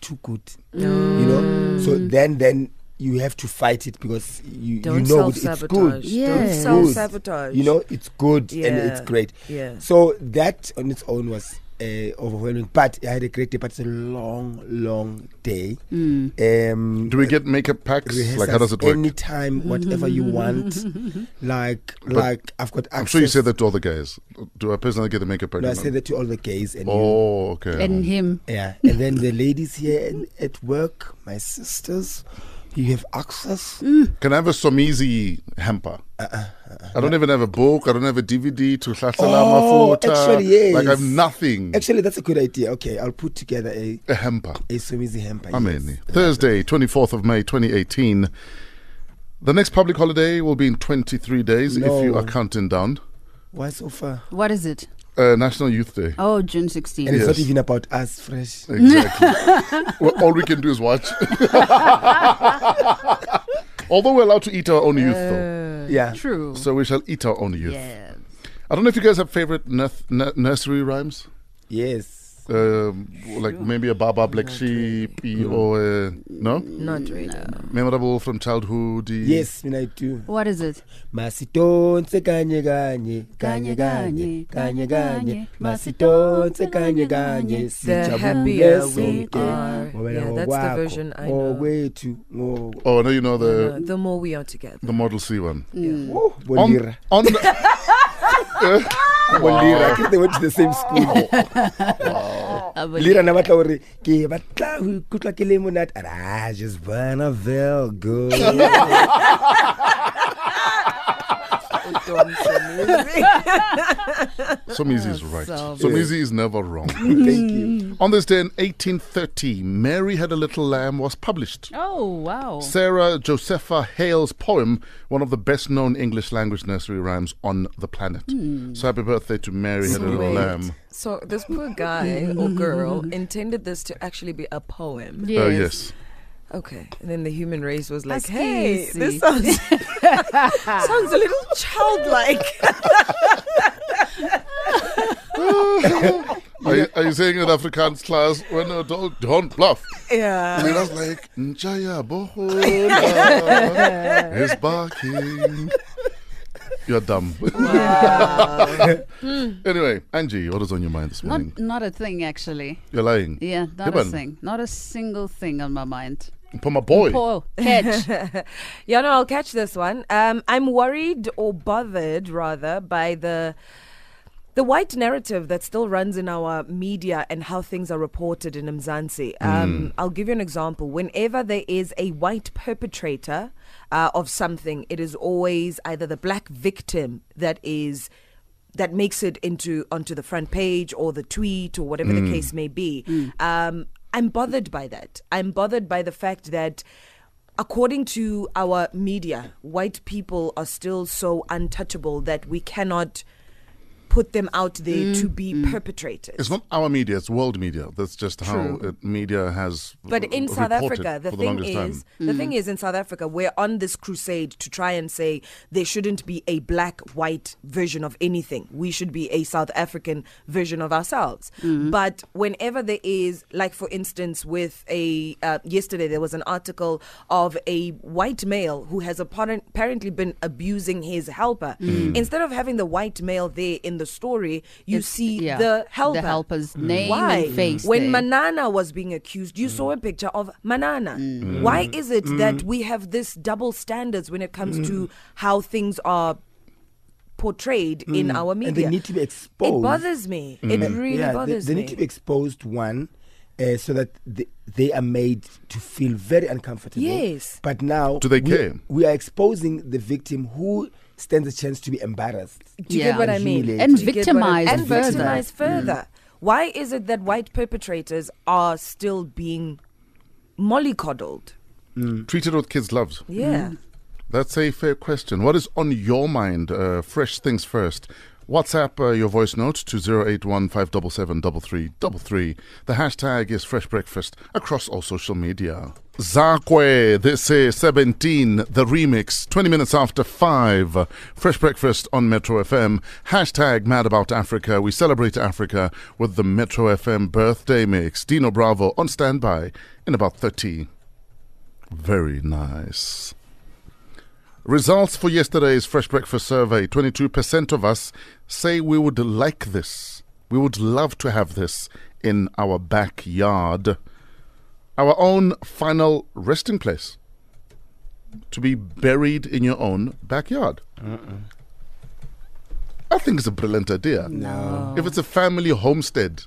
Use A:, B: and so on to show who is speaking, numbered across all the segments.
A: too good. You
B: Mm.
A: know, so
C: Mm.
A: then then you have to fight it because you
D: Don't
A: you know it- it's
D: self-sabotage.
A: good.
C: Yeah.
A: It's
D: Don't
A: good.
D: self-sabotage.
A: You know, it's good and it's
D: Yeah.
A: great.
D: Yeah.
A: So that on its own was uh, overwhelming, but I had a great day. But it's a long, long day.
C: Mm.
A: Um,
B: Do we get makeup packs? Like, how does it work?
A: Anytime, whatever you want. like, like I've got. Access.
B: I'm sure you say that to all the guys. Do I personally get the makeup pack?
A: No,
B: or
A: I
B: not?
A: say that to all the gays and you.
B: Oh, okay.
C: and him.
A: Yeah, and then the ladies here in, at work, my sisters, you have access.
B: Can I have a Somizi hamper?
A: Uh,
B: I don't even have a book. I don't have a DVD to Hlasalama
A: Oh,
B: photo.
A: actually, yes.
B: Like, I have nothing.
A: Actually, that's a good idea. Okay, I'll put together a
B: a hamper.
A: a Sumizi hamper.
B: I
A: yes.
B: mean, Thursday, 24th of May, 2018. The next public holiday will be in 23 days if you
A: No.
B: are counting down.
A: Why so far?
C: What is it?
B: Uh, National Youth Day.
C: Oh, June 16th.
A: And it's not
B: Yes.
A: even about us, fresh.
B: Exactly. well, all we can do is watch. Although we're allowed to eat our own youth, though.
A: Yeah.
C: Uh, True.
B: So we shall eat our own youth.
C: yeah.
B: I don't know if you guys have favorite nurth- n- nursery rhymes.
A: Yes.
B: Um, Like maybe a Baba Black Sheep or a, no?
D: Not really.
B: Memorable from childhood. e.
A: Yes, when I do.
C: What is it?
A: Masitonse kanye kanye kanye kanye kanye kanye masitonse kanye kanye
D: The happier we
A: Oh,
D: are. Yeah, that's the version I know.
A: ngokwethu ngo
B: Oh, no, you know
C: Uh-huh.
B: the,
D: The more we are together.
B: the Model C one.
A: Oh,
B: On-
A: Bolira.
B: on the- Eh?
A: Bolira. I think they went to the same school.
C: Oh,
A: Lira na batla hore ke batla ho ikutlwa ke le monate. Are, I just wanna feel good.
B: Somizi is right.
C: So-
B: Somizi is never wrong.
A: Thank
D: Mm,
A: you.
B: On this day in 1830, Mary Had a Little Lamb was published.
C: Oh, wow.
B: Sarah Josepha Hale's poem, one of the best known English language nursery rhymes on the planet. So happy birthday to Mary Had a Little
D: Wait.
B: Lamb.
D: So this poor guy or girl intended this to actually be a poem.
B: Oh, yes.
D: Okay. And then the human race was like,
C: That's
D: hey,
C: easy."
D: this sounds, sounds a little childlike.
B: Are you, are you saying in Afrikaans class when a dog don't bluff?
D: yeah.
B: I mean, I was like, Njaya Bohola is barking. You're dumb. anyway, Angie, what is on your mind this morning?
C: Not, not a thing, actually.
B: You're lying.
C: Yeah, not a
B: Iban.
C: thing. Not a single thing on my mind.
B: For my boy.
C: Oh, catch.
D: Yeah, no, I'll catch this one. Um, I'm worried or bothered rather by the the white narrative that still runs in our media and how things are reported in Mzansi. Um, I'll give you an example. Whenever there is a white perpetrator uh, of something, it is always either the black victim that is that makes it into onto the front page or the tweet or whatever the case may be. Um, I'm bothered by that. I'm bothered by the fact that according to our media, white people are still so untouchable that we cannot put them out there to be perpetrators.
B: It's not our media, it's world media. That's just how it, media has.
D: but in
B: r-
D: South
B: reported
D: Africa, the
B: for
D: thing
B: longest time.
D: is, the thing is, in South Africa, we're on this crusade to try and say there shouldn't be a black-white version of anything. We should be a South African version of ourselves.
C: Mm.
D: But whenever there is, like for instance, with a uh, yesterday there was an article of a white male who has apparent, apparently been abusing his helper.
C: Mm.
D: Instead of having the white male there in the story, you
C: It's-
D: see
C: yeah,
D: the
C: the
D: helper,
C: helper's
B: Mm.
C: name
D: Why?
C: and face
D: When
C: there.
D: Man- Manana was being accused, you saw a picture of Manana.
A: Mm.
D: Why is it that we have this double standards when it comes
A: Mm.
D: to how things are portrayed in our media?
A: Mm. And they need to be exposed.
D: It bothers me. It really
A: yeah,
D: bothers
A: they, they
D: me.
A: need to be exposed one, uh, so that they, they are made to feel very uncomfortable.
D: Yes.
A: But now,
B: Do they
A: we,
B: care?
A: We are exposing the victim who stands a chance to be embarrassed.
D: Do you
C: Yeah.
D: get what I mean?
A: Humiliated. Mm.
C: And
D: Do you get what I-
C: victimized
D: and
C: further.
D: victimized further. Why is it that white perpetrators are still being mollycoddled?
B: Treated with kids' loves.
D: Yeah.
A: Mm.
B: That's a fair question. What is on your mind? Uh, fresh things first. WhatsApp uh, your voice note to 0815773333. The hashtag is Fresh Breakfast across all social media. Zakwe, this is 17, the remix, 20 minutes after 5. Fresh Breakfast on Metro FM. Hashtag Mad About Africa. We celebrate Africa with the Metro FM birthday mix. Dino Bravo on standby in about 30. Very nice. Results for yesterday's Fresh Breakfast survey 22% of us say we would like this. We would love to have this in our backyard. Our own final resting place. To be buried in your own backyard.
A: Uh-uh.
B: I think it's a brilliant idea.
C: No.
B: If it's a family homestead,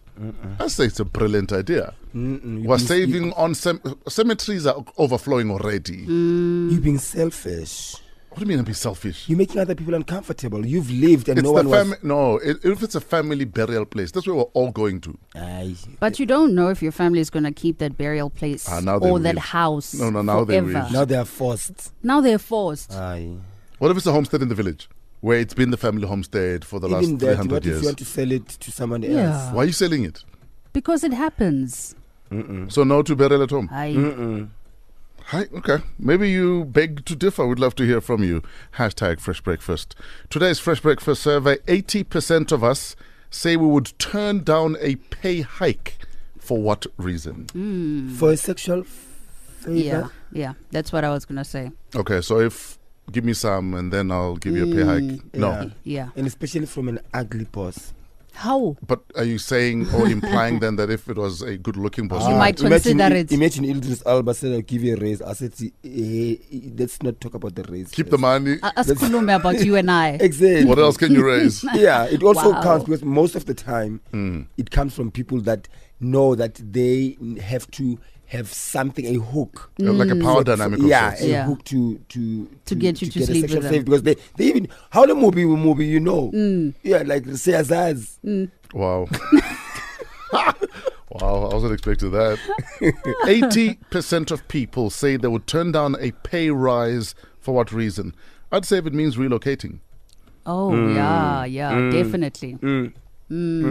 B: I say it's a brilliant idea.
A: Mm-mm, Uh-uh. Mm, you
B: We're
A: being-
B: saving on cem- cemeteries are overflowing already.
A: Mm. You, you being selfish.
B: What do you mean and be selfish?
A: You're making other people uncomfortable. You've lived and
B: it's
A: no
B: the
A: one
B: fami-
A: was.
B: no. i- if it's a family burial place, that's where we're all going to.
A: Aye.
C: But you don't know if your family is going to keep that burial place
B: Ah, now they
C: or that
B: will.
C: house.
B: No, no, now they
C: forever.
B: will.
A: Now they are forced.
C: Now they're forced.
A: Aye.
B: What if it's a homestead in the village, where it's been the family homestead for the
A: Even
B: last three
A: that,
B: hundred
A: what if
B: years?
A: you want to sell it to someone else?
C: Yeah.
B: Why are you selling it?
C: because it happens.
B: So no to burial at home.
C: I,
B: Hi, okay. Maybe you beg to differ. We'd love to hear from you. Hashtag Fresh Breakfast. Today's Fresh Breakfast survey 80% of us say we would turn down a pay hike. For what reason?
A: Mm. For a sexual favor?
C: yeah, yeah. That's what I was going to say.
B: Okay, so if give me some and then I'll give you a pay hike.
A: Mm,
B: No.
A: yeah.
C: Yeah.
A: And especially from an ugly boss.
C: How?
B: But are you saying or implying then that if it was a good looking person,
C: You might
A: Ah, imagine,
C: consider
A: I-
C: it.
A: Imagine Idris Alba said, I'll give you a raise. I said, eh, let's not talk about the raise.
B: keep
A: first."
B: the money?
C: A- Ask Kulume about you and I.
A: Exactly.
B: what else can you raise?
A: yeah, it also
C: Wow.
A: counts because most of the time
B: Hmm.
A: it comes from people that know that they have to have something, a hook.
B: You know, like a power dynamic of
A: yeah,
B: sorts.
A: a
C: Mm. Yeah.
A: hook to to
C: To get you to
A: get a
C: sleep
A: sexual
C: with them. Mm.
A: favor because they, they even how the movie will movie you know yeah like say as as
B: Wow. wow, I wasn't expecting that. 80% of people say they would turn down a pay rise for what reason? I'd say if it means relocating.
C: Oh, yeah, yeah, definitely. Mm.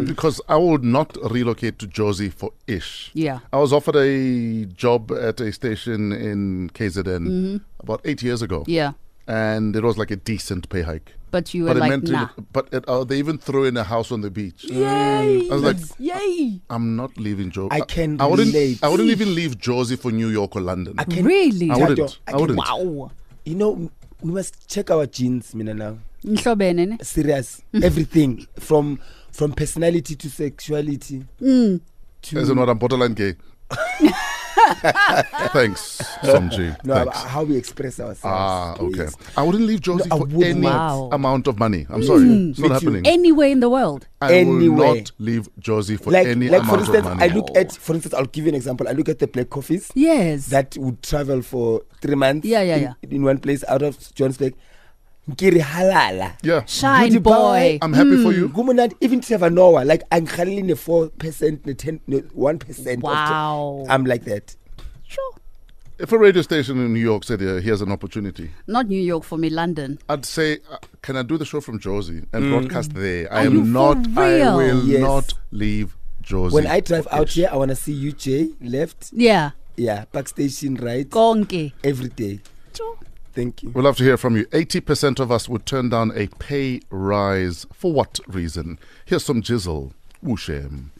B: Because I would not relocate to Josie for ish.
C: Yeah.
B: I was offered a job at a station in KZN about eight years ago.
C: Mm-hmm. Yeah.
B: And it was like a decent pay hike.
C: But you were
B: it
C: like,
B: to-
C: nah.
B: but it, uh, they even threw in a house on the beach.
D: Yay!
B: Mm. I was like,
D: Yay!
B: I'm not leaving Josie.
A: I can
B: I wouldn't.
A: relate.
B: I wouldn't even leave Jersey for New York or London.
A: I can
C: Really?
B: I
A: Tell
B: wouldn't.
A: you, I
B: I,
A: can-
B: wouldn't.
C: Wow.
A: you know we must check our genes mina now
C: Mhlobene ne?
A: serious everything from from personality to sexuality to
B: As in what I'm borderline gay. Thanks, Somji.
A: no
B: Thanks.
A: how we express ourselves
B: ah, okay.
A: Yes.
B: I wouldn't leave Jersey
A: No, I
B: for
A: would Mm,
B: any
C: not.
B: amount of money. I'm sorry, it's
A: Me
B: not
A: too.
B: happening.
C: Anywhere in the world.
B: I
A: Anywhere.
B: will not leave Jersey for
A: like,
B: any
A: like for
B: amount
A: instance
B: of
A: i
B: money.
A: look at for instance i'll give you an example i look at the black coffees
C: Yes.
A: that would travel for three months
C: Yeah, yeah,
A: in, in one place out of johannesburg ngiri halala
B: yeah,
C: Shine
A: Beauty
C: boy.
B: I'm happy
A: Mm.
B: for you.
A: kumunandi even trevor noah like angihaleli ne-four percent ne-ten ne-one percent
C: Wow.
A: i'm like that
C: Sure.
B: If a radio station in New York said, uh, "Here's an opportunity,"
C: Not New York for me, London.
B: I'd say, uh, "Can I do the show from Jersey and broadcast there?" I
C: Are you
B: am
C: for
B: not. I
C: real?
B: will
A: Mm. Yes.
B: not leave Jersey.
A: when i drive
B: for
A: out
B: ish.
A: here i want to see you jay left
C: Yeah.
A: yeah park station right
C: Konke.
A: every day thank you
B: We'd love to hear from you. 80% of us would turn down a pay rise. For what reason? Here's some jizzle. Wushem. Ah!